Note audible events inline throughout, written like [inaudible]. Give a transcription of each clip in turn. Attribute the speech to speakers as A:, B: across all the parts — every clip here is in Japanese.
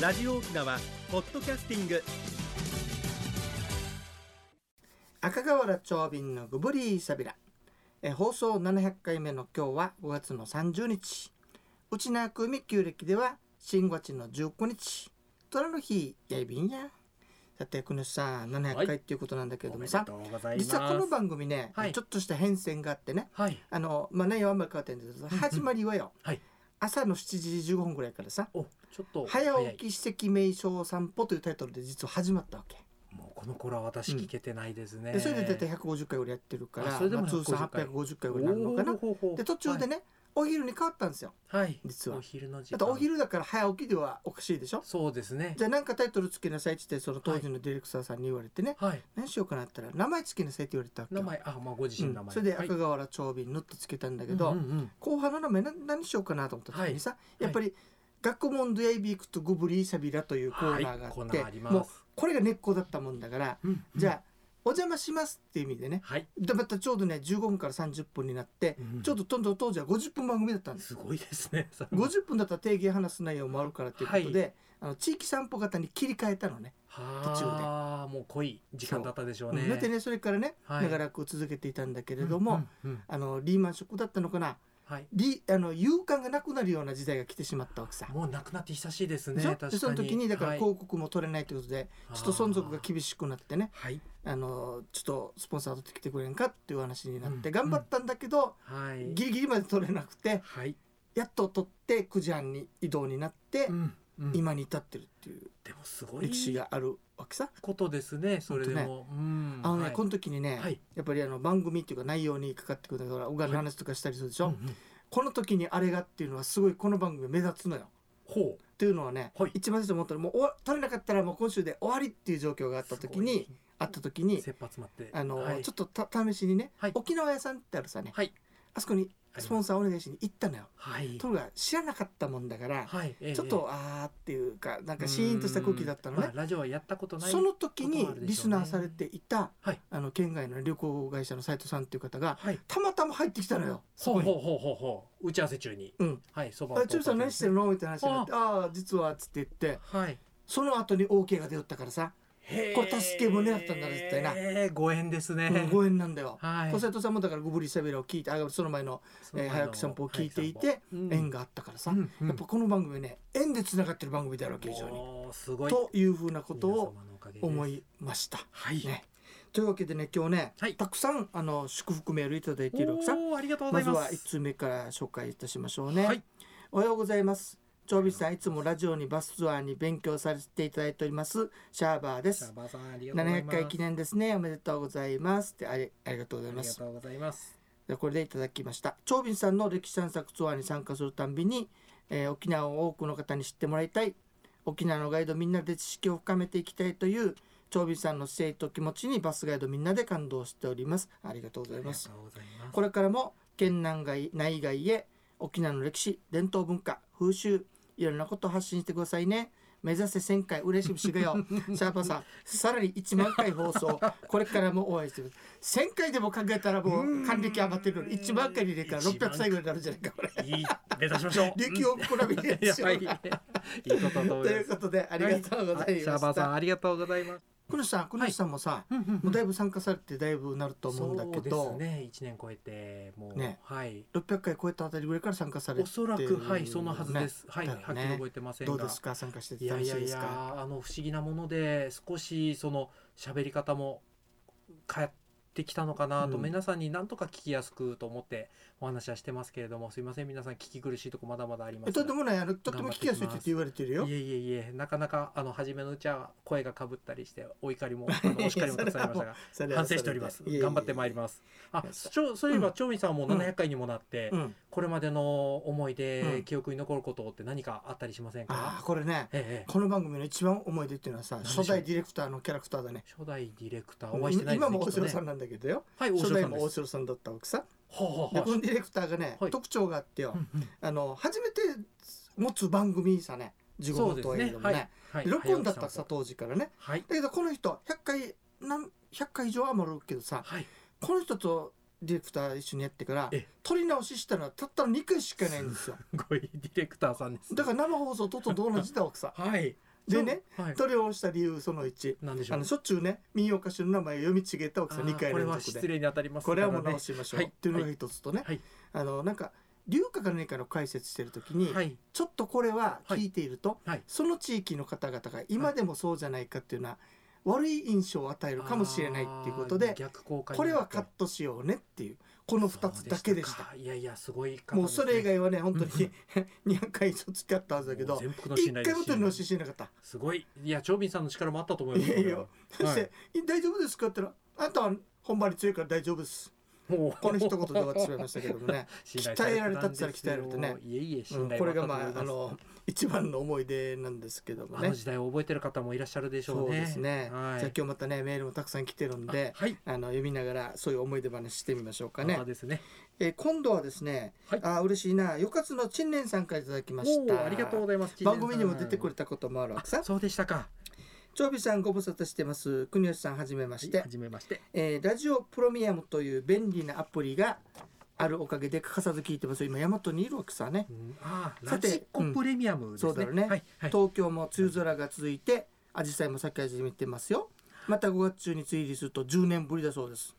A: ラジオ沖縄ポッドキャスティング
B: 赤瓦長瓶のグブリーサビラえー放送700回目の今日は5月の30日内縄組旧暦では新月の19日虎の日やいびんやさて国吉さん
C: は
B: 700
C: い
B: 回っていうことなんだけれど
C: お
B: も
C: め
B: さ、
C: でとうございます
B: 実はこの番組ね、
C: はい
B: ちょっとした変遷があってね
C: はい
B: あのまあ内容はあんまり変わってないんですけど始まりはよ、
C: はい
B: 朝の7時15分ぐらいからさ
C: おちょっと
B: 早
C: い
B: 起き史跡名所散歩というタイトルで実は始まったわけ、
C: もうこの頃は私聞けてないですね、
B: でそれで大体150回ぐらいやってるから
C: あそれでも
B: まあ通算
C: 150回
B: 850回ぐらいになるのかな
C: おー
B: で途中でね、お昼に変わったんですよ
C: はい、はい
B: 実は
C: お昼の時
B: だっ
C: 間
B: てお昼だから早起きではおかしいでしょ
C: そうですね
B: じゃあなんかタイトルつけなさいって言ってその当時のディレクターさんに言われてね、
C: はい
B: 何しようかなって言ったら名前つけなさいって言われたわけよ
C: 名前あまあご自身の名
B: うん
C: 前、
B: それで
C: はい
B: 赤瓦長瓶ぬってつけたんだけど、
C: うんうんうん
B: 後半の名前な何しようかなと思った時にさ、やっぱり「学問ドゥエイビークとグブリーサビラ」というコーナーがあ
C: はいコー
B: っ
C: ナ
B: て、
C: ーあります
B: もうこれが根っこだったもんだから、
C: うんうん
B: じゃあお邪魔しますっていう意味でね
C: はい、
B: でまたちょうどね15分から30分になって、ちょっ
C: っ
B: とどんどん当時は50分番組だったんです
C: すごいですねそれも
B: 50分だったら定義話す内容もあるからということで、あの地域散歩型に切り替えたのね。途中で
C: はあもう濃い時間だったでしょうね
B: うんだってねそれからね、
C: はい
B: 長らく続けていたんだけれども、
C: うんうんうん
B: あのリーマンショックだったのかな
C: はい
B: リあの勇敢がなくなるような時代が来てしまったわけさ。
C: もうなくなって久しいです
B: で
C: ね
B: しょ
C: 確か
B: で
C: に
B: その時にだから
C: はい
B: 広告も取れないということで、ちょっと存続が厳しくなってね
C: はい
B: あのちょっとスポンサー取ってきてくれんかっていう話になって
C: うん
B: 頑張ったんだけど、
C: はい
B: ギリギリまで取れなくて
C: はい、
B: やっと取って9時半に移動になって、
C: うんうん
B: 今に至ってるっていう
C: でもすごい
B: 歴史があるわけさ。
C: ことですねそれでも、うん
B: あのね、
C: はい
B: この時にね、
C: はい
B: やっぱりあの番組っていうか内容にかかってくるんだから小川の話とかしたりするでしょ、
C: うんうん
B: この時にあれがっていうのはすごいこの番組目立つのよ。
C: ほう
B: っていうのはね、
C: はい
B: 一番最初思ったのもう終わ取れなかったらもう今週で終わりっていう状況があった時にあった時に
C: 切羽詰まって
B: あの、
C: はい
B: ちょっとた試しにね、
C: はい
B: 沖縄屋さんってあるさね、
C: はい
B: あそこにスポン
C: サ
B: サーお願いしに行ったのよ。
C: ーはい
B: ところが知らなかったもんだから、
C: はいええ
B: ちょっ
C: え
B: とあーっていうかな
C: え
B: んかシーンとした空気だったのね。
C: うんまあラジオはやったことない
B: その時に
C: こともあるでしょうね
B: リスナーされていた、
C: はい
B: あの県外の旅行会社の斎藤さんっていう方が
C: はい
B: たまたま入ってきたのよ。そ
C: ほ
B: こ
C: う
B: に
C: ほうほうほうほう打ち合わせ中に
B: うん
C: はいそば
B: あチューさん何してるのみたいな話になって「ああー実は」っつって言って
C: はい
B: その後に OK が出よったからさ、これ助け舟だったんだな絶対な
C: えご縁ですね
B: うんご縁なんだよ。
C: はい
B: 小斉藤さんもだから「ゴブリしゃべり」を聞いてあその前の
C: その前の
B: えー早く散歩を聞いていて
C: は散歩
B: 縁があったからさ、
C: うんうんうん
B: やっぱこの番組はね縁でつながってる番組であるわけ非常に。
C: もうすごい
B: というふうなことを
C: 皆様のおかげです
B: 思いました。
C: はい
B: ね、というわけでね今日ね、
C: はい
B: たくさんあの祝福メールいただいているわけさ。
C: おおありがとうご
B: ま
C: ざい
B: ず
C: ます
B: は1通目から紹介いたしましょうね、
C: はい
B: おはようございます長尾さんいつもラジオにバスツアーに勉強させていただいておりますシャーバーで
C: シャ
B: す
C: バーさんありがとうござい
B: 700
C: ます
B: 回記念ですねおめでとうございますってありありがとうござい
C: あ
B: ま
C: りが
B: す
C: とうございます
B: でこれでいただきました長尾さんの歴史散策ツアーに参加するたんびに、えー沖縄を多くの方に知ってもらいたい沖縄のガイドみんなで知識を深めていきたいという長尾さんの姿勢と気持ちにバスガイドみんなで感動しておりますありがとうござ
C: あ
B: い
C: り
B: ま
C: が
B: す
C: とうございます
B: これからも県南外内外へ沖縄の歴史伝統文化風習いろんなことを発信してくださいね目指せ1000回嬉しいしがよシ
C: [laughs]
B: ャーパーさんさらに1万回放送これからも応援してください1000回でも考えたらもう還暦余ってるのに1万回に入れたら600歳ぐらいになるんじゃないかこれ
C: いい目指しま
B: [laughs]
C: しょう
B: 歴をこらび
C: うん
B: に
C: や
B: しよ
C: ば
B: う
C: いいいことだと思
B: [laughs] と
C: い
B: い
C: ま
B: う
C: す
B: ことでありがとうござい
C: はシャバ
B: ま
C: ー
B: し
C: さん
B: た
C: ありがとうございます
B: このさんこのさんもさ、もうだいぶ参加されてだいぶなると思うんだけ
C: そ
B: ど、
C: うですね一年超えてもう
B: ね
C: はい
B: 600回超えたあたりぐらいから参加されて
C: おそらく
B: る
C: はいそのはずですはい
B: だ
C: は
B: よ
C: っ
B: ね
C: きり覚えてません
B: ど
C: が
B: うですか参加して
C: い
B: て
C: や
B: 楽
C: い
B: しい
C: やい
B: です
C: や
B: か
C: あの不思議なもので少しその喋り方も変えてきたのかなと、
B: うん
C: 皆さんになんとか聞きやすくと思ってお話はしてますけれどもすいません皆さん聞き苦しいとこまだまだありま
B: え
C: す
B: と
C: が
B: んでもないあのとっても聞きやすいって言われてるよ
C: いえいえいえなかなかあの初めのうちは声がかぶった
B: [laughs]
C: りしてお怒りもあのお叱りもたくさんありましたが
B: それは
C: 反省
B: それで
C: しております
B: いえいえ
C: 頑張ってまいりますあ
B: いやそ
C: ちょそういえ
B: う
C: ば
B: ん
C: 長美さんも
B: うん
C: 700回にもなって、
B: うん
C: これまでの思い出、
B: うん
C: 記憶に残ることって何かあったりしません
B: ああ
C: か
B: これね
C: ええええ
B: この番組の一番思い出っていうのはさ
C: 何でしょう
B: 初代ディレクターのキャラクターだね
C: 初代ディレクターお会いして
B: 今
C: ないです
B: 今
C: ね
B: も大城
C: きっ
B: さ
C: とね
B: んなんだけどよ
C: はい大
B: 初
C: 城
B: 代
C: さん
B: も
C: で
B: 大
C: す
B: 城さんだったわけさ
C: ほうほう
B: で
C: ほ
B: こ
C: う
B: のディレクターがね
C: はい
B: 特徴があってよ
C: うんうん
B: あの初めて持つ番組さね15
C: そう
B: 分
C: で
B: と
C: す
B: はいえ
C: ね
B: ども
C: は
B: ね
C: いはい
B: で録音だっ
C: 早
B: たわ
C: 起きさ
B: けさ
C: んと
B: 当時からね
C: はい
B: だけどこの人100回なん100回以上余るけどさ
C: はい
B: この人とディレクター一緒にやってから
C: ええ
B: 撮り直ししたのはたったの2回しかないんですよ
C: [laughs] すごいディレクターさんです
B: だから生放送とっとと同じだわけさ
C: はい
B: でね、
C: はい、
B: それをした理由その1
C: なんでしょ
B: あ
C: う
B: のしょっちゅうね民謡歌手の名前を読み違えた
C: あ
B: 奥さん
C: ー
B: 2回
C: これ
B: 連
C: は
B: 続
C: 失
B: で
C: 礼に当たります
B: これはもう
C: から
B: 直
C: ね
B: しましょう、
C: はい
B: っていうのが一つとね、
C: はい
B: あのなんか龍華か何かの解説してる時に、
C: はい
B: ちょっとこれは
C: はい
B: 聞いていると、
C: はい
B: その地域の方々が今でもそうじゃないかっていうのは悪い印象を与えるかもしれないっていうこと
C: あー
B: で
C: 逆効果に
B: これ
C: な
B: は
C: って
B: カットしようねっていうこの2つだけでした
C: そうかいやいやすごい方ですね
B: もうそれ以外はね本当に [laughs]
C: うん
B: 200回以上使ったはずだけ
C: もう
B: ど
C: 全幅の信
B: 1
C: 頼
B: 回
C: です
B: も取り直ししてなかった
C: すごいいや長敏さんの力もあったと思います
B: いやいや
C: こ
B: そして、大丈夫ですか?」って言ったら「あんたは本番に強いから大丈夫です
C: れはもう」
B: この一言で終わってしまいましたけど
C: [laughs]
B: もね
C: 信頼されてんですよ
B: 鍛えられたって言ったら鍛えられて
C: いえいえ
B: う
C: 信
B: ん
C: 頼
B: こ
C: もあ
B: れ
C: ったと思いま
B: がまあ
C: す
B: あの一番の思い出なんですけども
C: あ
B: ね
C: の時代を覚えてる方もいらっしゃるでしょ
B: そう
C: うね
B: ですね、
C: はい
B: じゃあ今日またねメールもたくさん来てるんで
C: あはい
B: あの読みながらそういう思い出話してみましょうかね
C: そう、ですね
B: えー今度はですね、
C: はい
B: あー嬉しいなよかつの陳年さんからいただきまし
C: おー
B: た
C: ありがとうございます
B: 番組にも出てく
C: る
B: れたこともあるわけさ
C: そうでしたか
B: 長尾さんご無沙汰してます国吉さんはじめまして、
C: はじめまして
B: えーラジオプロミアムという便利なアプリがあるおかげで欠かさず聞いてます今大和にいるわけさね
C: うんあーラ
B: さて
C: ジコプレミアムですね
B: うんそうだよね
C: はいはい
B: 東京も梅雨空が続いて紫陽花も咲き始めてますよまた5月中に梅雨入りすると10年ぶりだそうです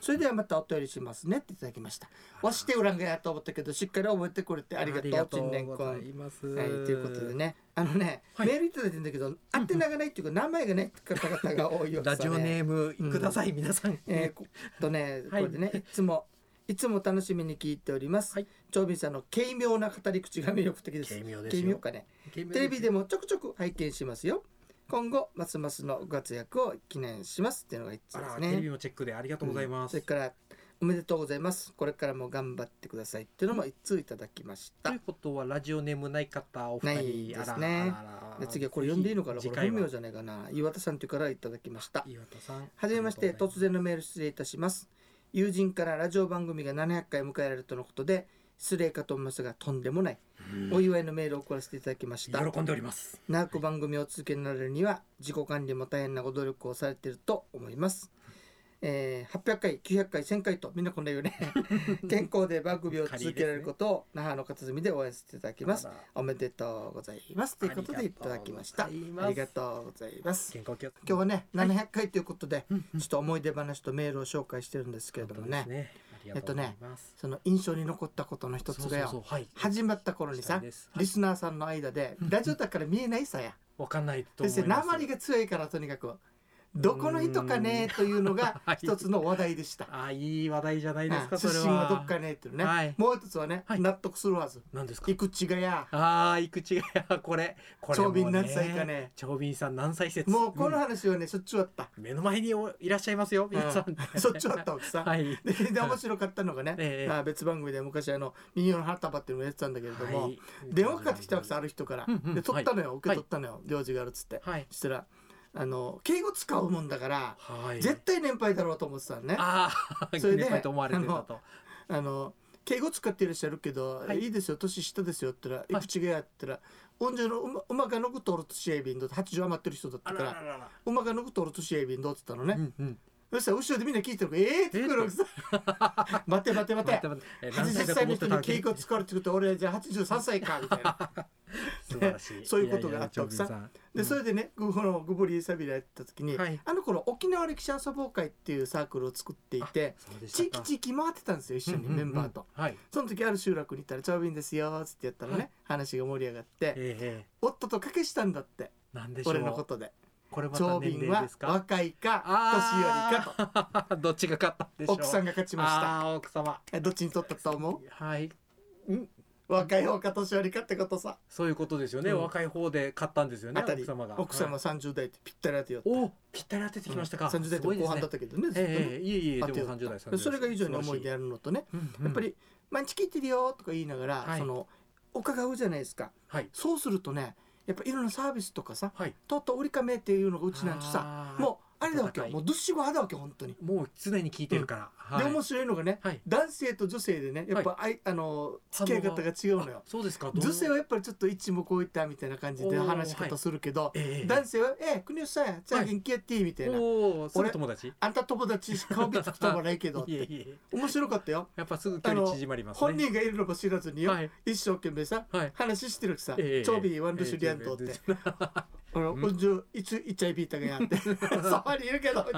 B: それではまたお便りしますねっていただきましたわしておらんがやと思ったけどしっかり覚えてくれてありがとうちんねんこん
C: あ
B: は
C: り
B: い
C: がとうご
B: と
C: ざいます
B: いうことでねあのね、
C: はい
B: メールいただいてんだけど宛名がないっていうか名前がないって方々が多いよ
C: ラジオネーム
B: うん
C: ください、皆さん、
B: えー、こっとね、こ
C: はい
B: れでね、いつも、いつも楽しみに聞いております。
C: はい
B: 長敏さんの軽妙な語り口が魅力的です。
C: 軽妙ですよ
B: 軽妙かね。
C: [laughs]
B: テレビでもちょくちょく拝見しますよ。今後、ますますのご活躍を記念しますっていうのが一つ
C: あ
B: で
C: ら
B: す
C: テレビ
B: ね。
C: もチェックでありがとうございま
B: そ
C: す、
B: れから、おめでとうございます。これからも頑張ってくださいっていうのも一通いただきまし
C: と
B: た
C: いう。ことはラジオネームない方お二人
B: ないですね
C: あらあらあ
B: で
C: ら
B: 次はこれ読んでいいのかなこ
C: 次
B: れ
C: 回
B: 本
C: は
B: 名じゃないかな。岩田さんというからいただきました。
C: 岩田さん
B: はじめまして、突
C: 然
B: 然のメール失礼いたします。友人からラジオ番組が700回迎えられるとのことで、失礼かと思いますが、とんでもない。お祝いのメールを送らせていただきました。
C: 喜んでおります
B: 長く番組を続けになれるには、自己管理も大変なご努力をされていると思います。えー800回、900回、1000回と、みんなこんな言
C: [laughs]
B: うね。健康で番組を続けられることを、那覇の片隅で応援させていただきます
C: あ。ら
B: おめでとうございます。ということでいただきました。
C: あ
B: あ
C: りがとうございます
B: りがとうご
C: 健康
B: ざいます。
C: 気を
B: 今日はね、
C: はい
B: 700回ということで、
C: うんうん
B: ちょっと思い出話とメールを紹介してるんですけれどもね
C: 本当ですねありがとうございます
B: その印象に残ったことの一つがよ
C: そうそうそうはい
B: 始まった頃に
C: したい
B: さ
C: です
B: リスナーさんの間でラジオだから見えないさや
C: わかんない [laughs] と
B: そ
C: 思
B: して
C: います
B: 鉛が強いからとにかくどこの人かねという
C: [laughs]
B: のが
C: うーん
B: 一つの話題でした。
C: あいい話題じゃないです
B: うん
C: かそ
B: 出
C: れは
B: 身はどっかねっていうね、
C: はい
B: もう一つはね、
C: はい
B: 納得するはず
C: 何ですか
B: いくちがや
C: ああ、いくちがや、これ。これも
B: 長敏何歳かね
C: 長敏さん何歳説。
B: もうこの
C: ん
B: 話はねしょっちゅうあ
C: [laughs]
B: った、
C: 目の前においらっしゃいますよ、皆さん。
B: うんしょっちゅうあったわけさ、
C: はい。
B: で [laughs] で面白かったのがね、
C: ええ
B: まあ、別番組で昔あの「民謡の花束」っていうのをやってたんだけれども、
C: はい
B: 電話かかってきたわけさある人から、
C: うんうん
B: で取ったのよ、受け取ったのよ行事があるっつって、
C: はい。
B: そしたらあの敬語使うもんだから、
C: はい。
B: 絶対年配だろうと思ってたのねあ
C: ああ、
B: それで
C: 年配と思われてたと。
B: の敬語使っていらっしゃるけど、、
C: はいい
B: いですよ年下ですよって言ったら、
C: はい
B: い、くちがやって言ったら「音上のうまうまがのぐとおるとしえびんど」って80余ってる人だっ
C: あ
B: た
C: ら
B: から
C: ら
B: ら
C: らら。
B: 「うまがのぐとおるとしえびんど」って言ったのね、
C: うんうん。
B: そしたら後ろでみんな聞いてるから「ええー!」って来るわけさ [laughs] 待て待て待
C: 待ってて待ってえ何歳
B: 80
C: だと
B: 歳
C: 思って
B: の人
C: たわ
B: に
C: け
B: 敬語使われてくると俺じゃあ83歳かみた
C: [laughs]
B: いな。
C: 素晴らしい。
B: [laughs] そういうことがあったわ
C: い
B: け
C: やい
B: さ
C: や長敏さん
B: でそれでね、 [laughs] このグブリーサビラやった時に、
C: はい
B: あの頃沖縄歴史遊ぼう会っていうサークルを作っていて
C: そうで
B: 地
C: した
B: 域
C: か
B: 地域回ってたんですよ一緒に
C: うんうん
B: メ
C: うん
B: ンバーと、
C: はい。
B: その時ある集落に行ったら「長瓶ですよ」っつってやったらね、
C: はい
B: 話が盛り上がって
C: ええええ。
B: 夫と掛けしたんだって
C: なんでしょう。
B: 俺のことで
C: これまた
B: 長
C: 年
B: 瓶
C: 齢
B: は
C: ですか。
B: 若いか
C: あ
B: 年寄
C: ー
B: りか
C: [laughs] どっちが勝ったんでし
B: と
C: ょう。
B: 奥さん
C: が
B: が勝ち
C: 来
B: ました
C: ああ、奥様。
B: えどっちにとったと思う
C: はい。
B: 若い方か年寄りかってことさ
C: そういうことですよね。
B: うん
C: 若い方で買ったんですよね。
B: あたり
C: 奥様が。
B: 奥様30代ってぴったり当てようって
C: はいおぴったり当ててきましたか。
B: 30代って後半だったけど
C: すご
B: ね
C: いですね。ええええいえいえ
B: あ
C: でも三十代30代
B: それが以上に思い出
C: や
B: あるのとね、やっぱ。り「毎日聞いてるよ」とか言いながら、
C: はい
B: その伺うじゃないですか
C: はい
B: そうするとねやっぱいろんなサービスとかさ
C: はい。
B: とうとう折り亀っていうのがうちなんてさ
C: さ
B: もうあれだわけよ
C: 温かい
B: もうどっしり派だわけ本当に。
C: うもう常に聞いてるから。はい
B: で面白いのがね
C: はい。
B: 男性と女性でねやっぱ、あい、あの付き合い方が違うの
C: あ
B: よ。
C: そうですか。どう
B: 女性はやっぱりちょっと一目置いたみたいな感じで
C: おー
B: 話し方するけど、
C: ええ
B: 男性は「ええ国吉さんじゃあ
C: はい
B: 元気やって」みたいな、
C: おおすぐ友達。
B: あんた友達顔見つくともないけど」っ
C: [laughs] いえ
B: て
C: いえ。
B: 面白かったよ。
C: やっぱすぐ距離縮まりますね。
B: 本人がいるのも知らずによ、
C: はい
B: 一生懸命さ
C: はい。
B: 話してるさ、
C: ええ
B: 超ビーワンルシュリアンドって、
C: ええ
B: あの、
C: うん
B: じゃあいついっちゃいビータがや
C: [laughs]
B: って [laughs] そばにいるけど分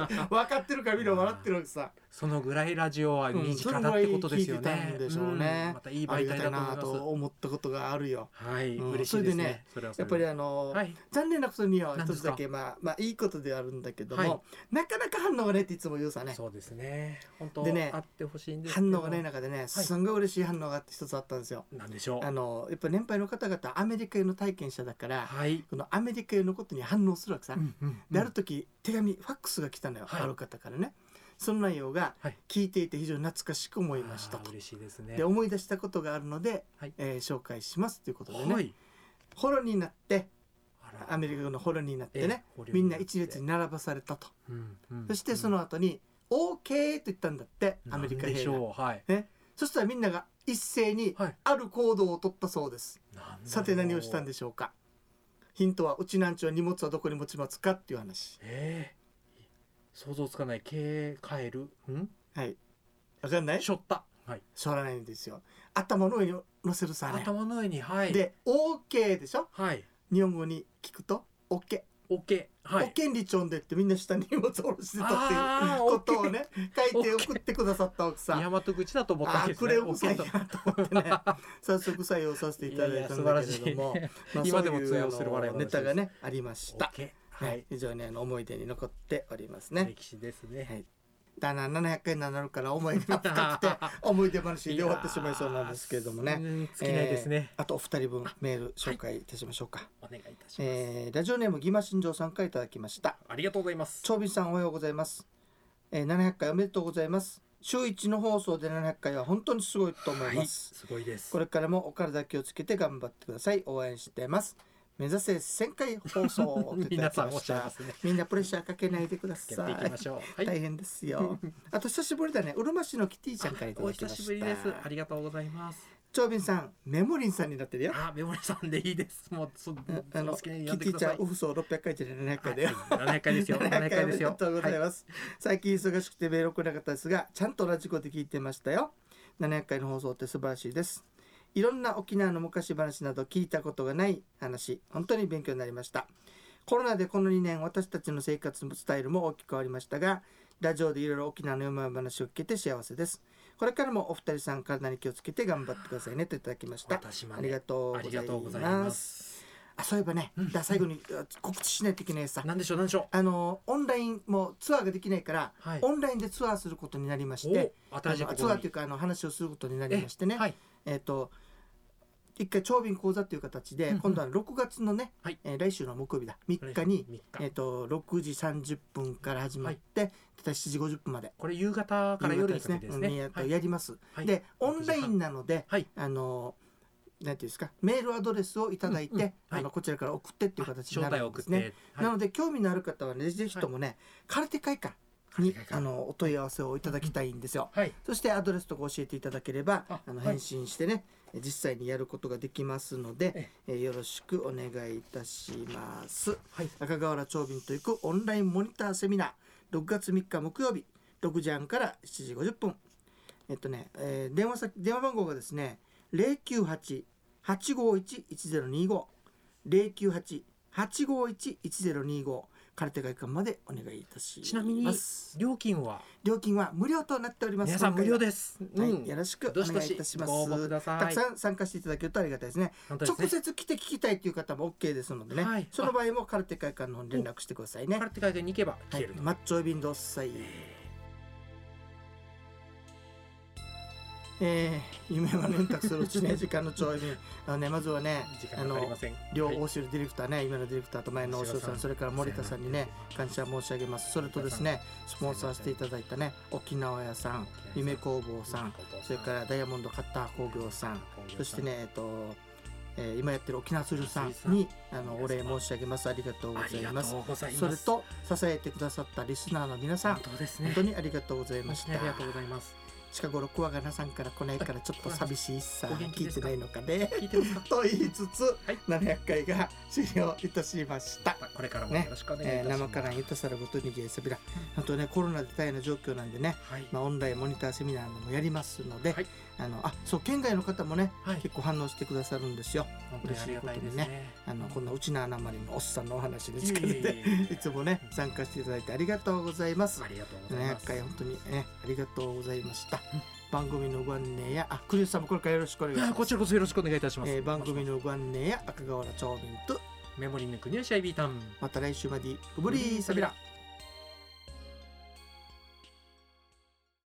B: かってるからみんな笑ってるわけさ
C: そのぐらいラジオは身近だってことですよね。
B: うんそのぐらい聞いてたんでしょうね
C: んまたいい
B: あり
C: 媒
B: が
C: 体
B: たい
C: だと思いま
B: なと思ったことがあるよ
C: す。はい、
B: うん
C: 嬉しいですね。それはそれ
B: やっ
C: で
B: ぱりあの、
C: はい、
B: 残念なことには
C: 何
B: 一
C: です
B: つ
C: か
B: だけまあまあいいことではあるんだけども、
C: はい
B: なかなか反応がねっていつも言うさね
C: そうですね。本当
B: でね
C: あってほしいんですけ
B: 反
C: ど。
B: 応がない中でねすんごい嬉しい反応があって一つあったんですよ。
C: なんでしょ
B: あ
C: う。
B: のやっぱ年配の方々アメリカへの体験者だから、
C: はい。
B: このアメリカへのことに反応するわけさ。
C: うんうん
B: である時手紙ファックスが来たのよ、
C: はい
B: ある方からね。その内容が
C: はい
B: 聞いていて非常に懐かしく思いました
C: あ
B: と
C: ー。嬉しいですね。
B: で思い出したことがあるので、
C: はい
B: えー紹介しますということでね、
C: はい。
B: ホロになって
C: あら
B: アメリカのホロになってね、、
C: ええ
B: みんな一列に。並ばされたと、
C: うんうん
B: そしてその後に「OK」と言ったんだって
C: うん
B: アメリカ
C: なんで
B: 兵
C: し
B: が
C: ょう。はい。
B: そしたらみんなが一斉に
C: はい。
B: ある行動を取ったそうです、さて何をしたん
C: で。
B: でしょうかヒントは「うちなんちは荷物はどこに持ちますか?」っていう話
C: ええ。想像つかない。けカエル。うん。
B: はいわかんない
C: しょった。はい。
B: しょうがないんですよ頭の上に乗せるさね
C: 頭の上に。はい。。
B: で「OK」でしょ
C: はい。
B: 日本語に聞くと「OK」
C: オッケー。はい
B: 保。健理長でってみんな下に荷物下ろしてたって
C: あ
B: い
C: ー
B: うことをね書いて送ってくださった奥さん。
C: 大和口だと思った
B: あ
C: んで
B: ー
C: す
B: これ
C: オ
B: う
C: ッケ
B: さい
C: ー
B: な
C: と
B: と思ってね早速採用させていただいたんだけれども
C: いやい
B: [laughs]
C: や
B: ま
C: [laughs]
B: あ
C: 今
B: そう
C: で
B: いう
C: も通用する
B: あの
C: 笑い話
B: ネ
C: です
B: タがねありました、
C: OK
B: は
C: はい
B: い、非常にあの思い出に残っておりますね、
C: 歴史ですね、
B: はいだな700円になるから思い出が深
C: [laughs]
B: くて思い出話で終わってしまいそうなんですけれども
C: いや
B: ね
C: ーうん尽きないですね、
B: あとお二人分メール紹介いたしましょうか、
C: お願いいたします、
B: えーラジオネームギマ新庄さんからいただきました
C: ありがとうございます
B: 長斌さんおはようございます、えー、700回おめでとうございます週一の放送で700回は本当にすごいと思い
C: は
B: ま
C: い
B: す、
C: すごいです
B: これからもお体気をつけて頑張ってください応援してます目指せ1000回放送を
C: 皆さんおっしゃいますね
B: みんなプレッシャーかけないでくだ
C: や
B: さ
C: っていきま
B: い
C: しょうはい
B: 大変で
C: [laughs]
B: すよあと久しぶりだねうるま市のキティちゃんからいた
C: お
B: だき
C: 久
B: ました
C: しぶりですありがとうございます
B: 長斌さんメモリンさんになってるよ
C: あメモリさんでいいですもうそ
B: うんあ
C: そ
B: の
C: の好き
B: キテ
C: なように呼んで
B: ィ
C: くだ
B: ちゃ
C: さ
B: ん
C: い
B: オフソー600回じゃ700回だよ
C: はい700回
B: [laughs]
C: ですよ700回です
B: あり
C: よ
B: がとうござい
C: は
B: ます、最近忙しくてメール来なかったですがちゃんとラジコで聞いてましたよ700回の放送って素晴らしいですいろんな沖縄の昔話など聞いたことがない話本当に勉強になりましたコロナでこの2年私たちの生活のスタイルも大きく変わりましたがラジオでいろいろ沖縄の山々話を聞けて幸せですこれからもお二人さん体に気をつけて頑張ってくださいねといただきました
C: 私ま
B: あり
C: で
B: がとう
C: ありがとう
B: ご
C: ござ
B: ざい
C: い
B: ま
C: ますす
B: あそういえばね、だ最後にあ告知しないといけないさ
C: なんでしょうなんでしょ
B: あのオンラインもうツアーができないから、
C: うはい
B: オンラインでツアーすることになりまして
C: お
B: あの
C: 新しい試み
B: ツアーというかあの話をすることになりましてね
C: えはい
B: え、っと一回長瓶講座という形で、
C: うんうん
B: 今度は6月のね、
C: はい
B: えー来週の木曜日だ3日に、
C: 三
B: えっと6時30分から始まって、ただ7時50分まで
C: これ夕方から夜にかけてですね
B: うんやっと
C: はい
B: やります、
C: はい
B: でオンラインなので、
C: はい
B: あのなんていうんですかメールアドレスをいただいて、
C: うんうんはい
B: あのこちらから送ってっていう形に
C: 招
B: な
C: 待
B: る
C: を
B: ん
C: 送
B: で
C: っ
B: すね。
C: て、
B: なので興味のある方はねぜひともね、空手会館に
C: 空手会館
B: あのお問い合わせをいただきたいんですよ。
C: はい、
B: そしてアドレスとか教えていただければあ
C: あ
B: の
C: はい
B: 返信してね、実際にやることができますので
C: え、
B: えーよろしくお願いいたします。
C: はい
B: 赤瓦長瓶と行くオンラインモニターセミナー6月3日木曜日6時半から7時50分えっとね、えー電話先電話番号がですね098-851-1025 098-851-1025空手会館までお願いいたします
C: ちなみに料金は
B: 料金は無料となっております
C: 皆さん無料
B: す、
C: です。
B: は
C: うん
B: い、よろしくお
C: どしど
B: 願い
C: し
B: いたします
C: ご応募ください。
B: たくさん参加していただけるとありがたいですね
C: 本当ですね
B: 直接来て聞きたいという方も OK ですのでね、
C: はい
B: その場合もカルテ会館の方に連絡してくださいね
C: カ。ルテ会館に行けば
B: は
C: 消
B: い
C: える、と。
B: マッチョイビンドッサイ、えー、夢は連託するうちね時間の長瓶あのねまずはね
C: 時
B: あ
C: 間かかりま
B: の
C: せん。
B: 両
C: はい
B: 欧州ディレクターね、今のディレクターと前の大塩さんそれから森田さんにね感謝申し上げますそれとですねスポンサーしていただいたね沖縄屋さん夢工房さんそれからダイヤモンドカッター工業さんそして、ね、えっと、えー今やってる沖縄鶴さんにあのお礼申し上げます。ありがとうご
C: あ
B: ざ
C: り
B: い
C: が
B: ます
C: と。うございます。
B: それと支えてくださったリスナーの皆さん
C: 本、当ですね。
B: 本当にありがとうございま
C: 本
B: し
C: 当にあ。
B: た
C: りがとうございます。
B: 近頃クワガナさんから来ないからちょっと寂しいさ、
C: お元気
B: 聞
C: で
B: い
C: す
B: て
C: か
B: ないのかね。 [laughs]
C: 聞いてますか。
B: と言いつつ、
C: い
B: 700回が終了いたしました。
C: これからも [laughs] よろしくお願いいたし
B: えー、
C: ます。
B: 生からゆたさらごとにげさびら。あとね、コロナで大変な状況なんでね、
C: はい。
B: まあ、オンラインモニターセミナーもやりますので、
C: はい
B: あのあそう県外の方もね
C: はい
B: 結構反応してくださるんですよ
C: 本当にありがたいですね
B: あのこんなうちなあなまりのおっさんのお話に
C: い
B: 疲れ
C: えいえ
B: て
C: いえいえ
B: いつもね参加していただいてありがとうございます
C: ありがとうございま
B: 700
C: す
B: 回本当にねありがとうございました番組のご案内やあクリスさんもこれからよろしくお願いします
C: こちらこそよろしくお願いいたします、
B: えー番組のご案内や赤瓦町民と
C: メモリーの国吉 IB タウン
B: また来週までご無理さびら